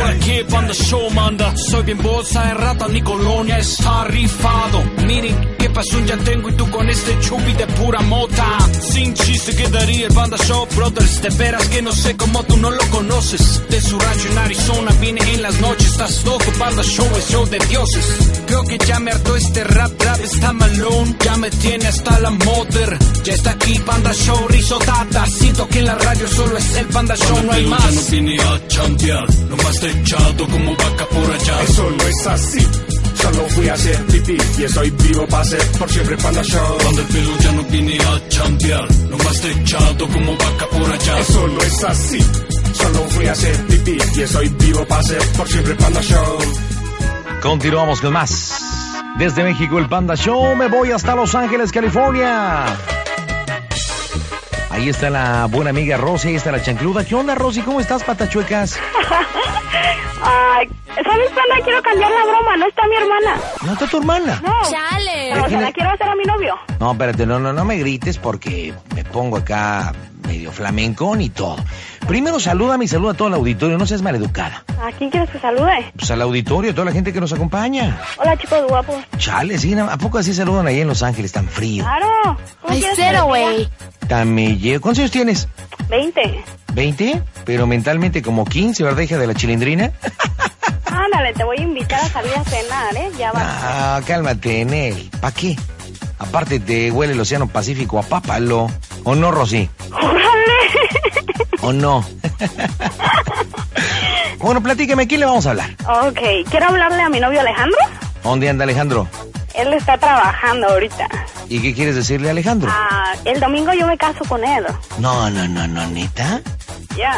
Ahora Kepanda Showmanda Soy bien bolsa de rata, mi colonia está rifado Miren qué pasión ya tengo y tú con este chupi de pura mota Sin chiste quedaría el banda Show Brothers De veras que no sé cómo tú no lo conoces De su rancho en Arizona viene en las noches Estás loco, banda show es show de dioses Creo que ya me hartó este rap, rap está malón Ya me tiene hasta la motor Ya está aquí banda show, risotata Siento que en la radio solo es el banda show, no hay Pero más ya no vine a chambear, nomás te echado como vaca por allá. Eso no es así. Solo fui a hacer pipí y estoy vivo para ser por siempre Panda Show. Cuando el pelo ya no vine a chambear, nomás te echado como vaca por allá. Eso no es así. Solo fui a hacer pipí y estoy vivo para ser por siempre Panda Show. Continuamos con más. Desde México el Panda Show, me voy hasta Los Ángeles, California. Ahí está la buena amiga Rosy, ahí está la chancluda. ¿Qué onda, Rosy? ¿Cómo estás, patachuecas? Ay, ¿sabes cuándo quiero cambiar la broma? No está mi hermana. ¿No está tu hermana? No. ¡Chale! Pero se la quiero hacer a mi novio. No, espérate, no, no, no me grites porque me pongo acá medio flamencón y todo. Primero salúdame y saluda a todo el auditorio, no seas maleducada. ¿A quién quieres que salude? Pues al auditorio, a toda la gente que nos acompaña. Hola, chicos guapos. Chale, sí, ¿a poco así saludan ahí en Los Ángeles tan frío? Claro. ¿Cómo ¡Ay, quieres que cero, les güey! Tan me llevo. ¿Cuántos años tienes? diga? 20. ¿20? Pero mentalmente como 15, ¿verdad, hija de la chilindrina? Ándale, te voy a invitar a salir a cenar, ¿eh? Ya va. Ah, cálmate, Nel. ¿Pa' qué? Aparte te huele el Océano Pacífico a pápalo. ¿O no, Rosy? ¡Órale! ¿O no? bueno, platíqueme, ¿a quién le vamos a hablar? ok, quiero hablarle a mi novio Alejandro. ¿Dónde anda Alejandro? Él está trabajando ahorita. ¿Y qué quieres decirle a Alejandro? Ah, el domingo yo me caso con él. No, no, no, no, neta. Ya.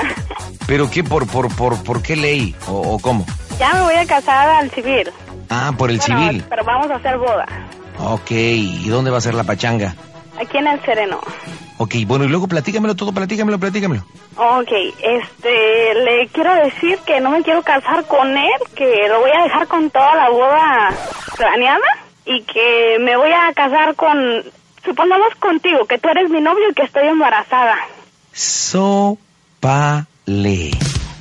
¿Pero qué? ¿Por, por, por, por qué ley? ¿O, o cómo? Ya me voy a casar al civil. Ah, por el Bueno, civil. Pero vamos a hacer boda. Ok, ¿y dónde va a ser la pachanga? Aquí en el Sereno. Ok, bueno, y luego platícamelo todo, platícamelo, platícamelo. Ok, este, le quiero decir que no me quiero casar con él, que lo voy a dejar con toda la boda planeada y que me voy a casar con, supongamos contigo, que tú eres mi novio y que estoy embarazada. Sopale.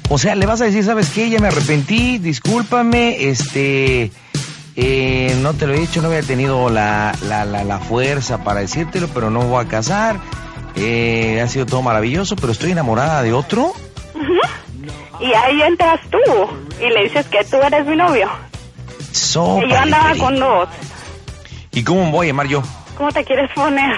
O sea, le vas a decir, ¿sabes qué? Ya me arrepentí, discúlpame, este... eh, no te lo he dicho, no había tenido la, la, la, la fuerza para decírtelo, pero no me voy a casar. Eh, ha sido todo maravilloso, pero estoy enamorada de otro. Y ahí entras tú y le dices que tú eres mi novio. Sopale. Y yo andaba querido. con dos. ¿Y cómo me voy a llamar yo? ¿Cómo te quieres poner?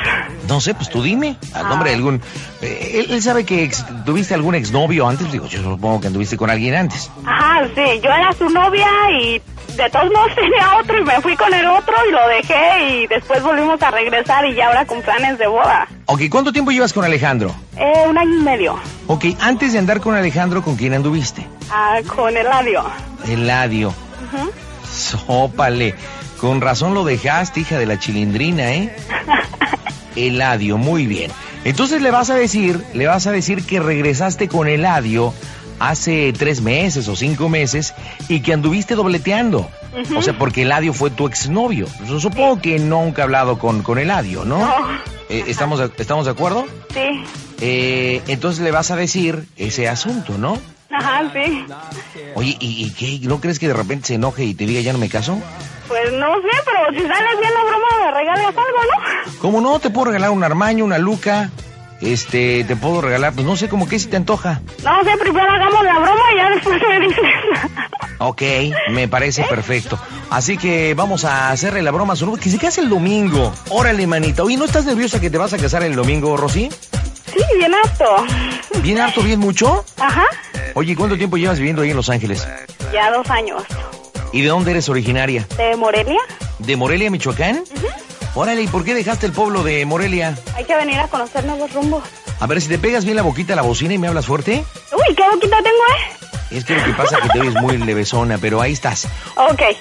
No sé, pues tú dime, al nombre Ah. de algún... eh, él, él sabe que ex- tuviste algún exnovio antes, digo, yo supongo que anduviste con alguien antes. Ajá, sí, yo era su novia y de todos modos tenía otro y me fui con el otro y lo dejé y después volvimos a regresar y ya ahora con planes de boda. Ok, ¿cuánto tiempo llevas con Alejandro? Eh, un año y medio. Ok, antes de andar con Alejandro, ¿con quién anduviste? Ah, con Eladio. Eladio. Sópale. Con razón lo dejaste, hija de la chilindrina, ¿eh? Eladio, muy bien. Entonces le vas a decir, le vas a decir que regresaste con Eladio hace tres meses o cinco meses y que anduviste dobleteando. O sea, porque Eladio fue tu exnovio. Yo Supongo que nunca ha hablado con, con Eladio, ¿no? Eh, ¿estamos, de- ¿Estamos de acuerdo? Sí. Eh, entonces le vas a decir ese asunto, ¿no? Ah, Ajá, sí. Oye, ¿y, y qué? ¿No crees que de repente se enoje y te diga ya no me caso? Pues no sé, pero si sales bien la broma, me regalas algo, ¿no? ¿Cómo no? Te puedo regalar un armaño, una luca. Este, te puedo regalar, pues no sé, como que si te antoja. No sé, primero hagamos la broma y ya después me dices. Ok, me parece perfecto. Así que vamos a hacerle la broma a su novio, que se case el domingo. Órale, manita. Oye, ¿no estás nerviosa que te vas a casar el domingo, Rosy? sí, bien apto. ¿Bien harto, bien mucho? Ajá. Oye, ¿cuánto tiempo llevas viviendo ahí en Los Ángeles? Ya dos años. ¿Y de dónde eres originaria? ¿De Morelia? ¿De Morelia, Michoacán? Órale, ¿y por qué dejaste el pueblo de Morelia? Hay que venir a conocer nuevos rumbos. A ver, si te pegas bien la boquita a la bocina y me hablas fuerte. Uy, qué boquita tengo, ¿eh? Es que lo que pasa es que te oyes muy levesona, pero ahí estás. Ok. ¿Ya?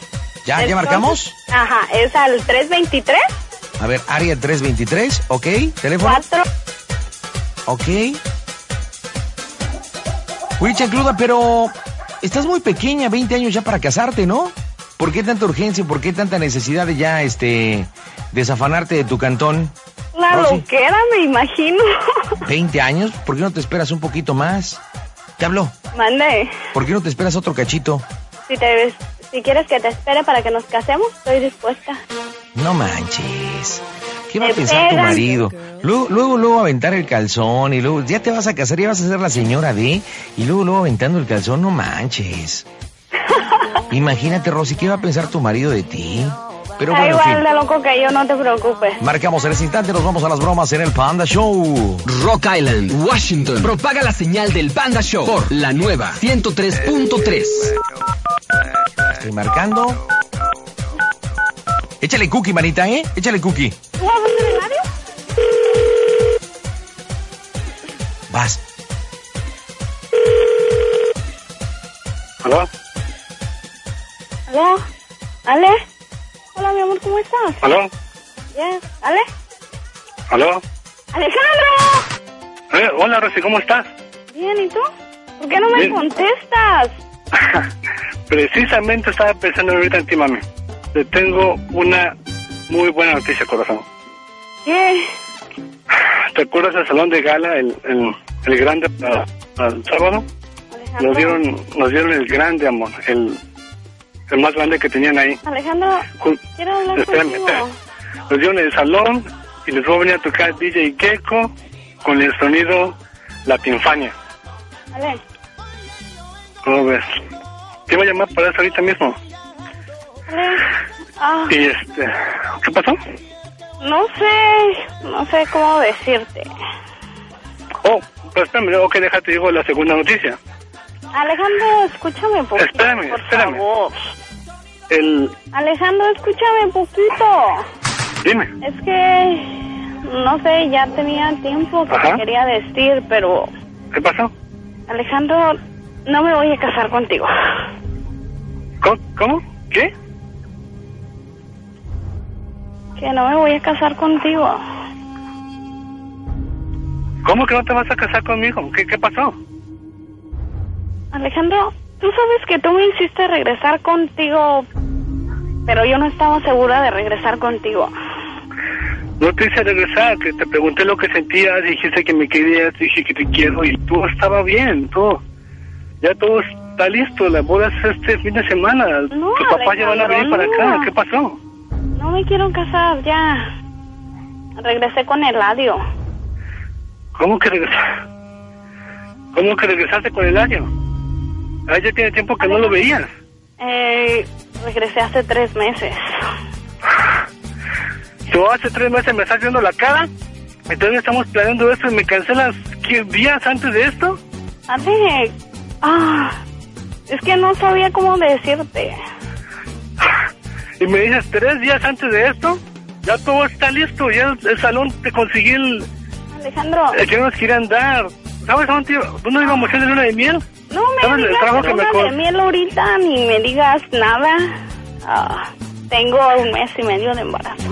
¿Ya Entonces, marcamos? Ajá, es al 323 A ver, área 323, ¿ok? ¿Teléfono? 4 Ok. Oye, Chancluda, pero estás muy pequeña, 20 años ya para casarte, ¿no? ¿Por qué tanta urgencia? ¿Por qué tanta necesidad de ya, este, desafanarte de tu cantón? La Rosy. loquera, me imagino. 20 años, ¿por qué no te esperas un poquito más? Te hablo, Mande, ¿por qué no te esperas otro cachito? si te si quieres que te espere para que nos casemos, estoy dispuesta. No manches. ¿Qué va a Me pensar tu pegan. marido? Luego, luego, luego aventar el calzón y luego ya te vas a casar, ya vas a ser la señora de y luego, luego aventando el calzón, no manches. Imagínate, Rosy, ¿qué va a pensar tu marido de ti? Pero Da bueno, en igual fin. de loco que yo, no te preocupes. Marcamos en ese instante, nos vamos a las bromas en el Panda Show. Rock Island, Washington. Propaga la señal del Panda Show por la nueva 103.3. Estoy marcando. Échale cookie, manita, ¿eh? Échale cookie. ¿Tú hablas de radio? Vas. ¿Aló? ¿Aló? ¿Ale? Hola, mi amor, ¿cómo estás? ¿Aló? Bien. ¿Ale? ¿Aló? ¡Alejandro! Eh, hola, Rosy, ¿cómo estás? Bien, ¿y tú? ¿Por qué no me Bien. contestas? Precisamente estaba pensando ahorita en ti, mami. Te tengo una muy buena noticia, corazón. ¿Qué? ¿Te acuerdas del salón de gala, el, el, el grande, ah, el sábado? Alejandro. Nos dieron, nos dieron el grande, amor, el, el más grande que tenían ahí. Alejandro, Ju- quiero hablar Espérame, contigo. espérame. Nos dieron el salón y les voy a venir a tocar DJ Gecko con el sonido Latinfania. Ale, ¿Cómo ves? Te voy a llamar para eso ahorita mismo. Ale. Ah, Y este, ¿qué pasó? no sé, no sé cómo decirte. Oh, pero espérame, ok, déjate, digo la segunda noticia. Alejandro, escúchame un poquito, Espérame, por espérame. favor. El, Alejandro, escúchame un poquito. dime, Es que, no sé, ya tenía tiempo que Ajá. te quería decir, pero ¿qué pasó? Alejandro, no me voy a casar contigo. ¿Cómo? cómo? ¿Qué? Que no me voy a casar contigo. ¿Cómo que no te vas a casar conmigo? ¿Qué, qué pasó? Alejandro, tú sabes que tú me hiciste regresar contigo, pero yo no estaba segura de regresar contigo. No te hice regresar, que te pregunté lo que sentías, dijiste que me querías, dije que te quiero y todo estaba bien, todo. Ya todo está listo, la boda es este fin de semana. No, Tus papás ya van a venir para Alejandro, acá, no. ¿qué pasó? No me quiero casar, ya. Regresé con Eladio. ¿Cómo que regresaste? ¿Cómo que regresaste con el año? Ah, ya tiene tiempo que no lo veías. Eh, regresé hace tres meses. Yo hace tres meses me estás viendo la cara. Entonces estamos planeando esto y me cancelas ¿qué, días antes de esto. Ale, ah, es que no sabía cómo decirte. Y me dices tres días antes de esto. Ya todo está listo. Ya el, el salón te conseguí el, Alejandro, el que nos querían dar. ¿Sabes a dónde, iba- dónde íbamos a ir de luna de miel? no me ¿Sabes el digas trabajo que me luna co- de miel ahorita ni me digas nada. Ah, tengo un mes y medio de embarazo.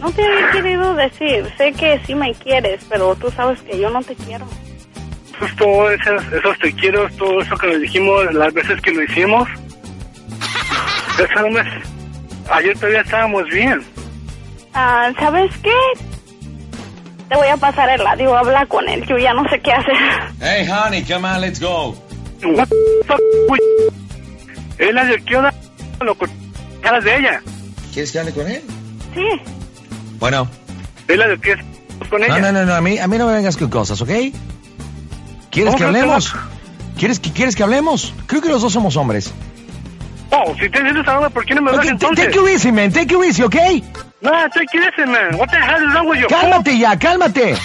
No te había querido decir. Sé que sí me quieres, pero tú sabes que yo no te quiero. Pues todo eso, esos te quiero, todo eso que nos dijimos las veces que lo hicimos. Eso no me- Ayer todavía estábamos bien. Ah, ¿Sabes qué? Te voy a pasar el radio, habla con él. Yo ya no sé qué hacer. Hey, honey, come on, let's go. What the fuck, güey? Es la de qué onda, loco. Caras de ella. ¿Quieres que hable con él? Sí. Bueno. Es la de qué con ella. No, no, no, no, a mí, a mí no me vengas con cosas, ¿ok? ¿Quieres que ¿Cómo que no te hablemos? ¿Quieres que, ¿Quieres que hablemos? Creo que los dos somos hombres. Oh, si te sientes ahora, ¿por qué no me hablas Okay, ta- entonces? take it easy, man, take it easy, ¿ok? No, take it easy, man. What the hell is wrong with you? Cálmate ya, cálmate.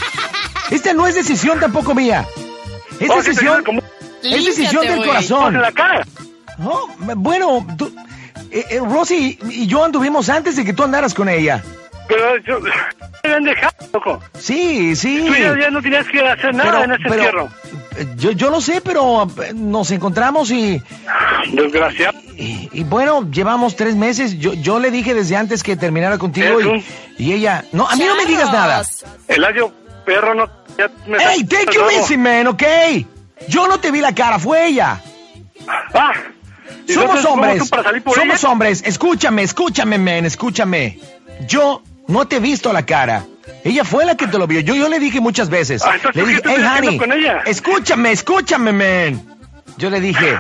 Esta no es decisión tampoco mía. Es Oh, si te decisión, quedas como- es decisión Límpiate, del güey. como en corazón. la cara. No, me- bueno, tú- eh, eh, Rosy y yo anduvimos antes de que tú andaras con ella. Pero yo... habían dejado, loco. Sí, sí. Tú ya, ya no tenías que hacer nada en este ese entierro. eh, Yo, yo lo sé, pero eh, nos encontramos y, Desgraciado. y, y bueno, llevamos tres meses. Yo, yo le dije desde antes que terminara contigo y, Eso. y ella... No, a mí no me digas nada. Eladio, perro, no. Ya me ¡Hey, take you easy, man, ok! Yo no te vi la cara, fue ella. ¡Ah! ¿Y Somos entonces cómo hombres. tú para salir por Somos ella? hombres. Escúchame, escúchame, men, escúchame. Yo no te he visto la cara. Ella fue la que te lo vio. Yo, yo le dije muchas veces. Ah, entonces, le ¿por qué dije, tú te honey, quedas con ella?" escúchame, escúchame, men. Yo le dije,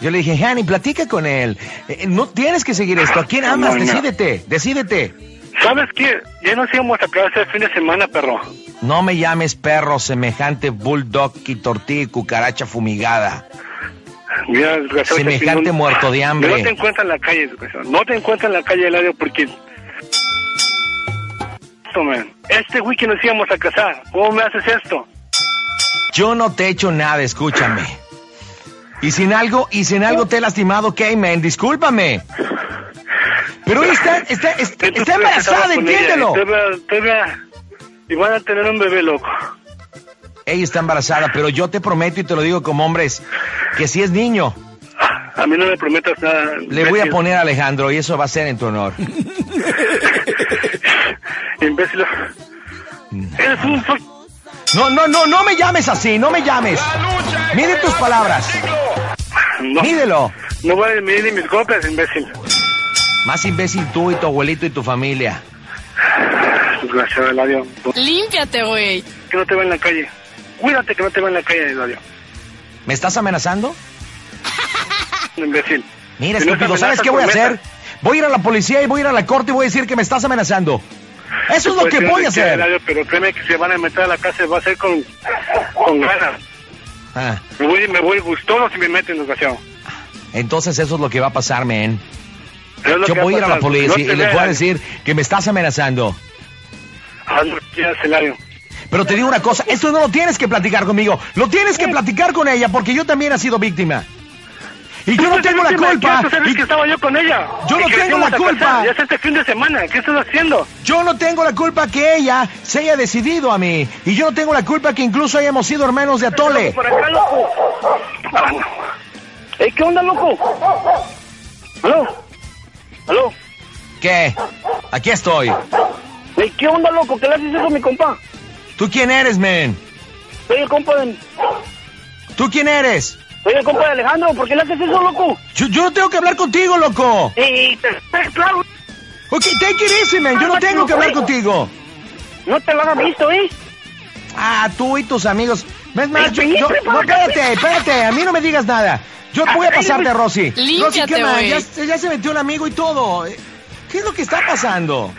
yo le dije, honey, platica con él. Eh, eh, no tienes que seguir esto. ¿A quién No, amas? no. Decídete, decídete. ¿Sabes qué? Ya nos íbamos a quedar ese fin de semana, perro. No me llames perro semejante bulldog y tortilla y cucaracha fumigada. Mira, desgraciado, Semejante te pido un- muerto de hambre. No te encuentras en la calle, desgraciado. No te encuentras en la calle, Eladio, porque... Esto, man. Este weekend nos íbamos a casar. ¿Cómo me haces esto? Yo no te he hecho nada, escúchame. Y sin algo, y sin algo te he lastimado, ok, man, discúlpame. Pero ella está, está, está, está Entonces, tú ya estabas embarazada, con ella, entiéndelo. y todavía- todavía- Y van a tener un bebé, loco. Ella está embarazada, pero yo te prometo y te lo digo como hombres, que si es niño, A mí no me prometas nada. le voy a imbécil. poner a Alejandro y eso va a ser en tu honor. Imbécil. Mm. Eres un... fuck- No, no, no, no me llames así, no me llames. Mide tus palabras, No, mídelo. no voy a medir ni mis golpes, imbécil. Más imbécil tú y tu abuelito y tu familia. Desgraciado, Eladio. Límpiate, güey. Que no te va en la calle. Cuídate que no te va en la calle, Eladio. ¿Me estás amenazando? Imbécil. Mira, Si no te estúpido, ¿sabes amenazas, qué voy a hacer? promesa. Voy a ir a la policía y voy a ir a la corte y voy a decir que me estás amenazando. Eso es lo Pues, que créeme voy a que, hacer. Eladio, Pero créeme que se van a meter a la casa, va a ser con, con ganas. Ah, Me voy, me voy gustoso si me meten, desgraciado. entonces eso es lo que va a pasar, men. Es lo Yo que va voy a ir a la pasar. policía No y te les voy a vean. decir que me estás amenazando. Haz lo que quieras, Eladio. Pero te digo una cosa, esto no lo tienes que platicar conmigo, lo tienes que platicar con ella porque yo también he sido víctima. Y yo no Tú tengo la sabes que- culpa. Este Tú sabes y que estaba yo con ella. Yo Y no que tengo íbamos la a casar. culpa. Ya es este fin de semana. ¿Qué estás haciendo? Yo no tengo la culpa que ella se haya decidido a mí. Y yo no tengo la culpa que incluso hayamos sido hermanos de Atole. Por acá, loco. Ah, no. Ey, ¿Qué onda, loco? ¿Aló? ¿Aló? ¿Qué? Aquí estoy. Ey, ¿Qué onda, loco? ¿Qué le haces eso a mi compa? ¿Tú quién eres, men? Soy el compa de, ¿Tú quién eres? soy el compa de Alejandro. ¿Por qué le haces eso, loco? Yo, yo no tengo que hablar contigo, loco. Ey, te- te- claro, Ok, take it easy, man. Yo no tengo que hablar contigo. no te lo hagas visto, ¿eh? Ah, tú y tus amigos. ¿Ves más? Yo, Ey, yo- ey, no, espérate, espérate. A mí no me digas nada. Yo voy a pasar de Rosy. Límpiate, Rosy, ¿qué más? güey. Ya, se- ya se metió un amigo y todo. ¿Qué es lo que está pasando?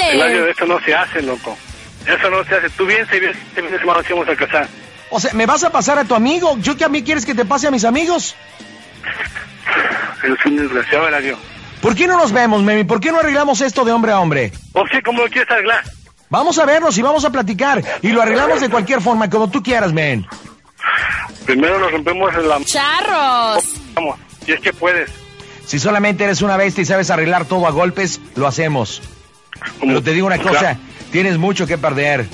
Eladio, Chale. eso no se hace, loco. Eso no se hace. Tú bien, se bien, este fin de semana nos íbamos a casar. O sea, ¿me vas a pasar a tu amigo? ¿Yo que a mí quieres que te pase a mis amigos? Eres un desgraciado, Eladio. ¿Por qué no nos vemos, Memi? ¿Por qué no arreglamos esto de hombre a hombre? O sí, ¿cómo lo quieres arreglar? Vamos a vernos y vamos a platicar. Y lo arreglamos de cualquier forma, como tú quieras, men. Primero nos rompemos la... m- Charros. Vamos, si es que puedes. Si solamente eres una bestia y sabes arreglar todo a golpes, lo hacemos. Como- Pero te digo una cosa, tienes mucho que perder.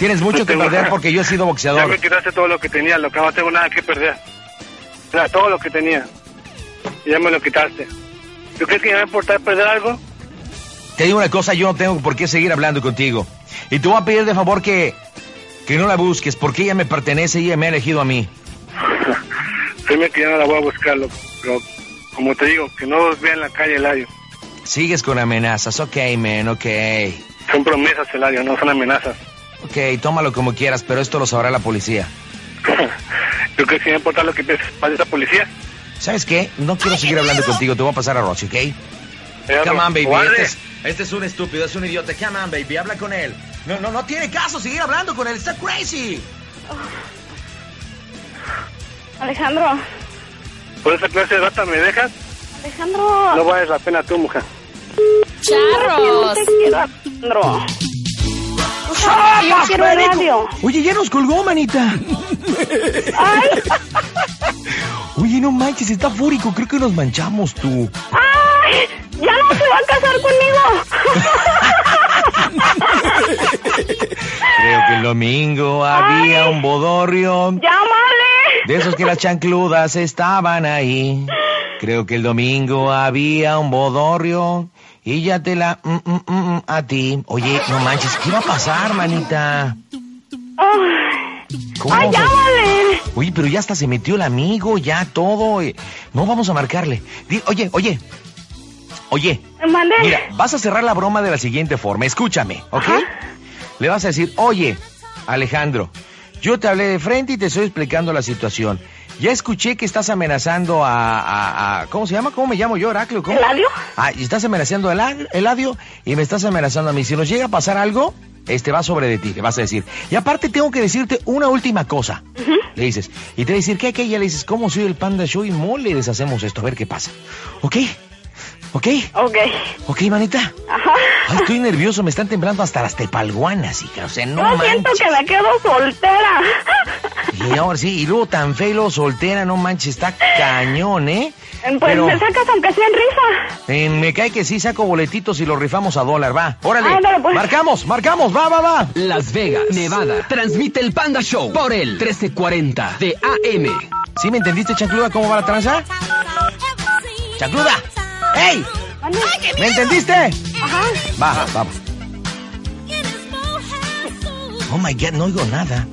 Tienes mucho No que tengo perder nada. porque yo he sido Ya, ya me boxeador. quitaste todo lo que tenía, loco. No tengo nada que perder. O sea, todo lo que tenía. Ya me lo quitaste. ¿Tú crees que me va a importar perder algo? Te digo una cosa, yo no tengo por qué seguir hablando contigo. Y te voy a pedir de favor que, que no la busques porque ella me pertenece y ella me ha elegido a mí. Créeme que ya no la voy a buscar, loco. Pero, como te digo, que no os vea en la calle, Eladio. Sigues con amenazas, ok, men, ok. Son promesas, Eladio, no son amenazas. Ok, tómalo como quieras, pero esto lo sabrá la policía. ¿Tú crees que me va a importar lo que piensa esa policía? ¿Sabes qué? No quiero seguir hablando contigo, te voy a pasar a Rochi, ¿ok? Come on, baby. Cobarde. Este es, este es un estúpido, es un idiota. Come on, baby. Habla con él. No, no, no tiene caso seguir hablando con él. Está crazy. Alejandro, ¿Por esa clase de rata me dejas? Alejandro, No vales la pena tú, mujer. Charros. te quiero, Alejandro. Tú sabes que yo quiero el radio. Oye, ya nos colgó, manita. Ay, Oye, no manches, está fúrico. Creo que nos manchamos tú. ay, ya no se va a casar conmigo. que el domingo había un bodorrio. ¡Llámale! De esos que las chancludas estaban ahí. Creo que el domingo había un bodorrio. Y ya te la... mm, mm, mm, mm, a ti. Oye, no manches, ¿qué va a pasar, manita? Ay. ¿Cómo ¡Ay, fue? llámale! Oye, pero ya hasta se metió el amigo, ya todo. eh. No vamos a marcarle. Di- oye, oye. Oye. Mandé. Mira, vas a cerrar la broma de la siguiente forma. Escúchame, ¿ok? Ajá. Le vas a decir, oye, Alejandro, yo te hablé de frente y te estoy explicando la situación. Ya escuché que estás amenazando a... a- a- ¿Cómo se llama? ¿Cómo me llamo yo, Heraclio? ¿Cómo? ¿Eladio? Ah, y estás amenazando a Ela- Eladio y me estás amenazando a mí. Si nos llega a pasar algo, este va sobre de ti, le vas a decir. Y aparte tengo que decirte una última cosa. Le dices. Y te va a decir, ¿qué? ¿Qué? Y ya le dices, ¿cómo soy el Panda Show? Y mole, deshacemos esto, a ver qué pasa. ¿Ok? ¿Ok? Ok. ¿Ok, manita? Ajá. Ay, estoy nervioso, me están temblando hasta las tepalguanas, hija. O sea, no Yo siento manches. que me quedo soltera. Y ahora sí, y luego tan feo, y luego soltera, no manches, está cañón, ¿eh? Pues Pero me sacas aunque sea en risa. eh, me cae que sí saco boletitos y los rifamos a dólar, va. Órale, Ándale, pues. marcamos, marcamos, va, va, va. Las Vegas, Nevada. Transmite el Panda Show por el 1340 de AM. ¿Sí me entendiste, Chancluda, cómo va la tranza? ¡Chancluda! ¡Ey! Mande. ¿Me entendiste? Ajá. Va, vamos. Oh my god, no oigo nada.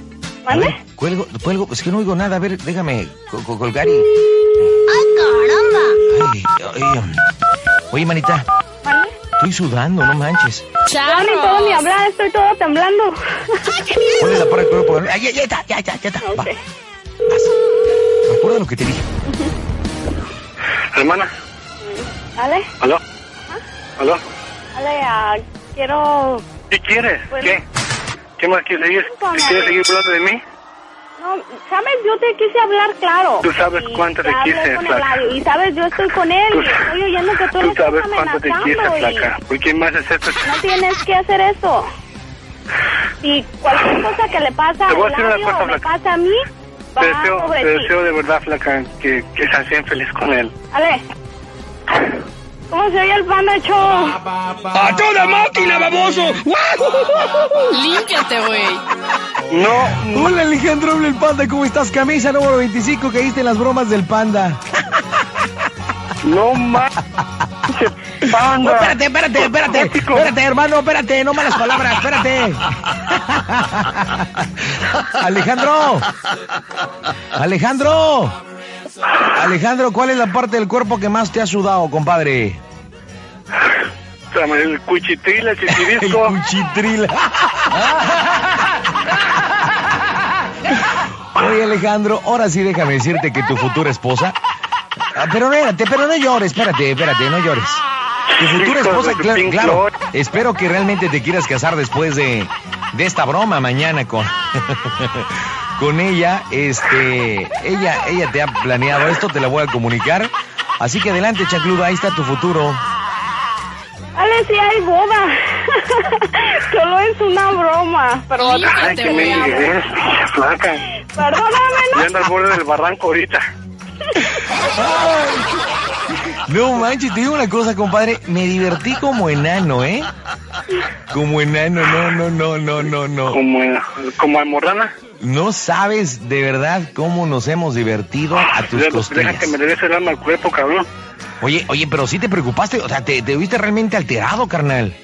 A ¿Mande? ver, cuelgo, cuelgo, es que no oigo nada. A ver, déjame co- co- colgar y. ¡Ay, caramba! Oye, manita, Mande. estoy sudando, no manches. Ya ni puedo ni Charros. hablar, estoy todo temblando. Ponle la parte del cuerpo. Ay, ya, ya está, ya, ya, ya está. Va, Ok. vas. Recuerda lo que te dije. Hermana, Ale, ¿aló? ¿Aló? ale, ah, quiero... ¿Qué quieres? Bueno. ¿Qué? ¿Qué más quieres seguir? Póngale. ¿Quieres seguir hablando de mí? No, sabes, yo te quise hablar claro. Tú sabes Y cuánto te ya hablé quise, con el flaca. radio. Y sabes, yo estoy con él Tú y estoy oyendo que tú, Tú le estás sabes cuánto te quise, amenazando y flaca. ¿Por qué más haces esto? No tienes que hacer eso. Y cualquier cosa que le pasa Te a voy a decir una Eladio cosa, o me flaca. pasa a mí, va Te deseo, sobre te ti. deseo de verdad, flaca, que, que seas bien feliz con él. Ale, ¿cómo se oye el panda show? ¡A toda máquina, baboso! Límpiate, güey. No, Hola, Alejandro, habla el panda. ¿Cómo estás? Camisa número 25, caíste en las bromas del panda. no más. No, Panda. espérate, espérate, espérate. Gótico. Espérate, hermano, espérate, no malas palabras, espérate. Alejandro. Alejandro. Alejandro, ¿cuál es la parte del cuerpo que más te ha sudado, compadre? Tráeme El cuchitril, El el chichirisco. cuchitril. Oye, Alejandro, ahora sí déjame decirte que tu futura esposa. Ah, pero espérate, pero no llores, espérate, espérate, no llores. Tu futura Hijo esposa, de tu cla- Pink claro. Floyd. Espero que realmente te quieras casar después de, de esta broma mañana con. Con ella, este, ella, ella te ha planeado esto, te la voy a comunicar. Así que adelante, Chacluda, ahí está tu futuro. Ale, sí hay boda. Solo es una broma. Pero, Ay, Límpiate, que güey. me amor. eres, flaca. perdóname, Ya ¿no? ando al borde del barranco ahorita. No manches, te digo una cosa, compadre. Me divertí como enano, ¿eh? Como enano, no, no, no, no, no, no. Como, como almorrana. No sabes de verdad cómo nos hemos divertido a Ah, tus Ya, costillas. Deja que me regrese el alma al cuerpo, cabrón. Oye, oye, pero sí te preocupaste, o sea, te, te viste realmente alterado, carnal.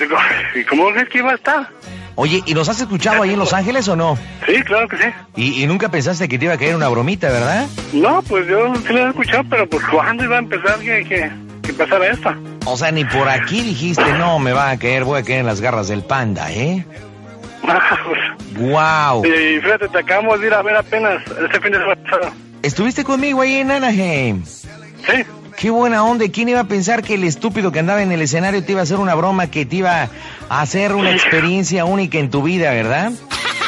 Digo, ¿Y cómo crees que iba a estar? Oye, ¿y nos has escuchado ahí en Los Ángeles o no? Sí, claro que sí. Y, y nunca pensaste que te iba a caer una bromita, ¿verdad? No, pues yo sí lo he escuchado, pero pues ¿cuándo iba a empezar que, que, que pasara esto? O sea, ni por aquí dijiste, no, me va a caer, voy a caer en las garras del panda, ¿eh? ¡Wow! Ah, pues, y fíjate, te acabamos de ir a ver apenas este fin de semana pasado. Estuviste conmigo ahí en Anaheim. Sí, Qué buena onda. ¿Quién iba a pensar que el estúpido que andaba en el escenario te iba a hacer una broma que te iba a hacer una experiencia única en tu vida, verdad?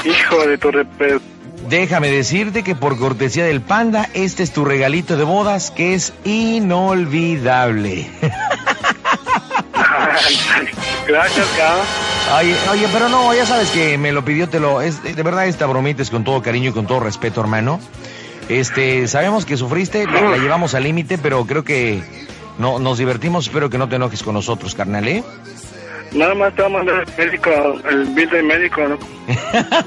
hijo de tu repel. Déjame decirte que por cortesía del panda, este es tu regalito de bodas que es inolvidable. Gracias, cabrón. Oye, oye, pero no, ya sabes que me lo pidió, te lo. Es, de verdad, esta bromita es con todo cariño y con todo respeto, hermano. Este, sabemos que sufriste, la, la llevamos al límite, pero creo que no, nos divertimos. Espero que no te enojes con nosotros, carnal, ¿eh? Nada más te va a mandar el médico, el bill del médico, ¿no?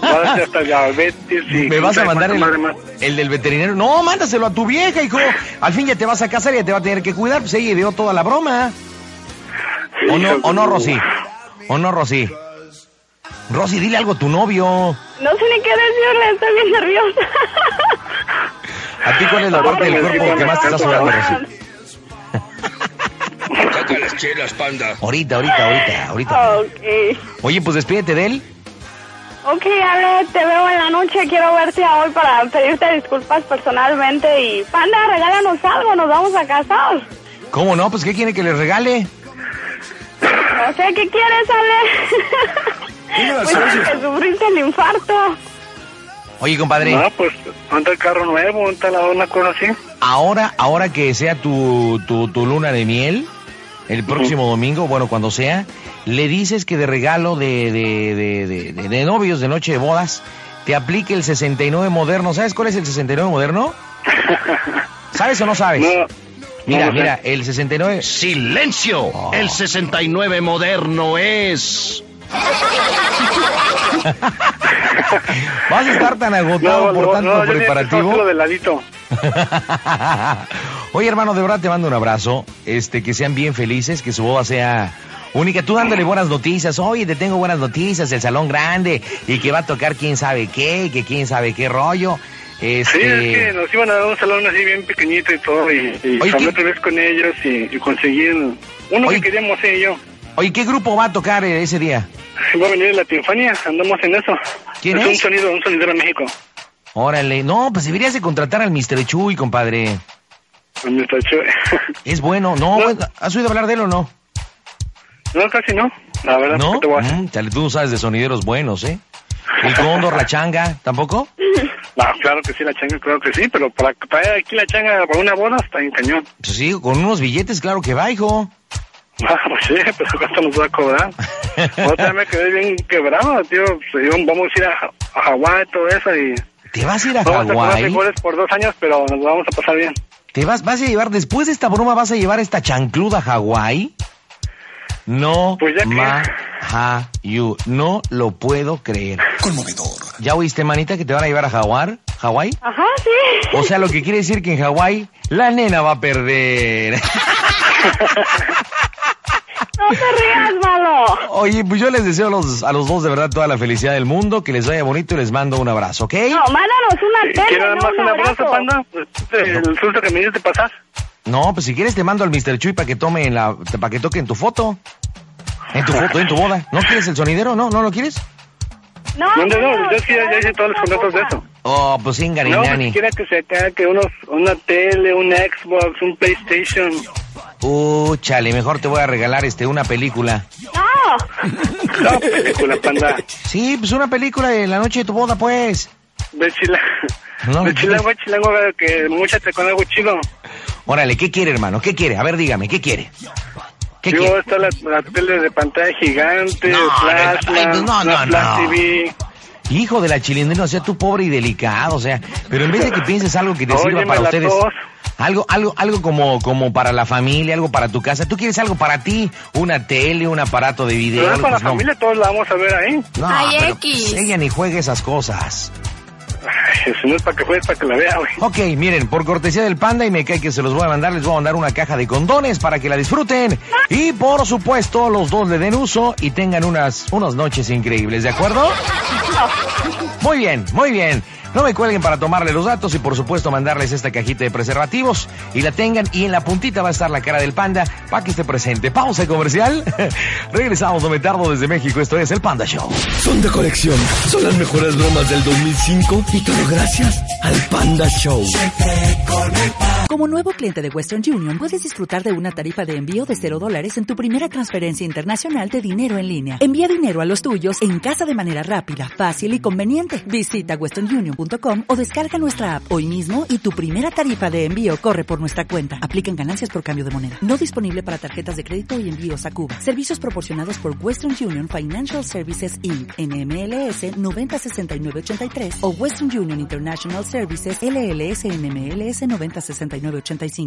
Va a ser hasta diabetes y... ¿Me vas a mandar el, Madre más. el del veterinario? No, mándaselo a tu vieja, hijo. Al fin ya te vas a casar y ya te va a tener que cuidar. Pues ella dio toda la broma. ¿O no, o no Rosy? ¿O no, Rosy? Rosy, dile algo a tu novio. No sé ni qué decirle, estoy bien nerviosa. ¿A ti cuál es la parte del cuerpo que más te está sobrando, Rosy? Saca las chelas, panda. Ahorita, ahorita, ahorita, ahorita. Ok. Oye, pues despídete de él. Ok, Ale, te veo en la noche. Quiero verte hoy para pedirte disculpas personalmente. Y, panda, regálanos algo, nos vamos a casar. ¿Cómo no? Pues ¿qué quiere que le regale? No sé qué quieres, Dime Ale. las Pues cosas. que sufriste el infarto. Oye, compadre, No, pues, anda el carro nuevo, monta la una cosa así. ahora, ahora que sea tu, tu, tu luna de miel, el próximo domingo, bueno, cuando sea, le dices que de regalo de, de, de, de- de- de novios, de noche de bodas, te aplique el 69 moderno. ¿Sabes cuál es el 69 moderno? ¿Sabes o no sabes? No. Mira, no lo sé. mira, el 69... ¡Silencio! El 69 moderno es. Vas a estar tan agotado por tanto yo digo que preparativo. cógelo de ladito. Oye, hermano, de verdad te mando un abrazo. Este, que sean bien felices, que su boda sea única. Tú dándole buenas noticias. Oye, te tengo buenas noticias, el salón grande y que va a tocar quién sabe qué, que quién sabe qué rollo. Sí, es que Este, nos iban a dar un salón así bien pequeñito y todo, y, y Oye, ¿qué? hablé otra vez con ellos y, y conseguí el- uno Oye. que queríamos, sí, yo. oye, ¿qué grupo va a tocar eh, ese día? Va a venir la Tinfania, andamos en eso. ¿Quién es? un sonido, un sonido de México. Órale, no, pues deberías de contratar al Mr. Chuy, compadre. Me está chévere. Es bueno, no, No. bueno, ¿has oído hablar de él o no? No, casi no. La verdad, ¿No? ¿qué te voy a hacer? Mm, chale, tú sabes de sonideros buenos, ¿eh? El Cóndor, la changa, ¿tampoco? No, claro que sí, la changa, claro que sí, pero para traer aquí la changa para una boda está en cañón. Pues sí, con unos billetes, claro que va, hijo. Ah, pues sí, pero ¿cuánto nos va a cobrar? Otra vez me quedé bien quebrado, tío. Pues, yo- Vamos a ir a, Ja- a Hawái y todo eso y... ¿Te vas a ir a Vamos a cobrar Hawái? goles por dos años, pero nos vamos a pasar bien. ¿Te vas, vas a llevar, después de esta broma, vas a llevar esta chancluda a Hawái? No, Pues ya que- ma, ha, you. No lo puedo creer. Conmovedor. ¿Ya oíste, manita, que te van a llevar a Hawái? ¿Hawái? Ajá, sí. O sea, lo que quiere decir que en Hawái la nena va a perder. No te rías, malo. Oye, pues yo les deseo a los, a los dos de verdad toda la felicidad del mundo, que les vaya bonito y les mando un abrazo, ¿ok? No, mándanos una tele, ¿Quieres nada no más un un abrazo, abrazo. panda? Pues, El susto que me diste pasar. No, pues si quieres te mando al Mr. Chuy para que tome en la, para que toque en tu foto. En tu foto, en tu boda. ¿No quieres el sonidero? ¿No? ¿No lo quieres? No, No, no, no, yo te sí ya ya hice damos todos los otra contratos de cosa. eso. Oh, pues Ingari No, Nani. ni siquiera que se acá, que unos, una tele, una Xbox, un PlayStation. Uh, chale, mejor te voy a regalar este una película. No, No, película, panda. Sí, pues una película de la noche de tu boda, pues. De Chilango. No, de no. Chilango a Chilango, que mucha te con algo chido. Órale, ¿qué quiere, hermano? ¿Qué quiere? A ver, dígame, ¿qué quiere? ¿Qué Yo quiere? está la, la tele de pantalla gigante, No, no, plasma, ay, pues, no, una no, Flash no. TV. Hijo de la chilindrina, o sea, tú pobre y delicado, o sea, pero en vez de que pienses algo que te Oye, sirva me para la ustedes, tos. algo, algo, algo como, como para la familia, algo para tu casa, tú quieres algo para ti, una tele, un aparato de video, Pero algo, para la pues, no. familia todos la vamos a ver ahí. No, Ay, pero, X. pues, ella ni juegue esas cosas. Ay, si no es para que juegues, para que la vea, güey. Ok, miren, por cortesía del panda y me cae que se los voy a mandar, les voy a mandar una caja de condones para que la disfruten y por supuesto los dos le den uso y tengan unas, unas noches increíbles, ¿de acuerdo? Muy bien, muy bien. No me cuelguen para tomarle los datos y por supuesto mandarles esta cajita de preservativos y la tengan y en la puntita va a estar la cara del panda para que esté presente. Pausa comercial. Regresamos, no me tardo desde México, esto es el Panda Show. Son de colección. Son las mejores bromas del 2005 y todo gracias al Panda Show. Como nuevo cliente de Western Union, puedes disfrutar de una tarifa de envío de 0 dólares en tu primera transferencia internacional de dinero en línea. Envía dinero a los tuyos en casa de manera rápida, fácil y conveniente. Visita westernunion.com o descarga nuestra app hoy mismo y tu primera tarifa de envío corre por nuestra cuenta. Aplican ganancias por cambio de moneda. No disponible para tarjetas de crédito y envíos a Cuba. Servicios proporcionados por Western Union Financial Services Inc. NMLS 906983 o Western Union International Services LLS NMLS 906985.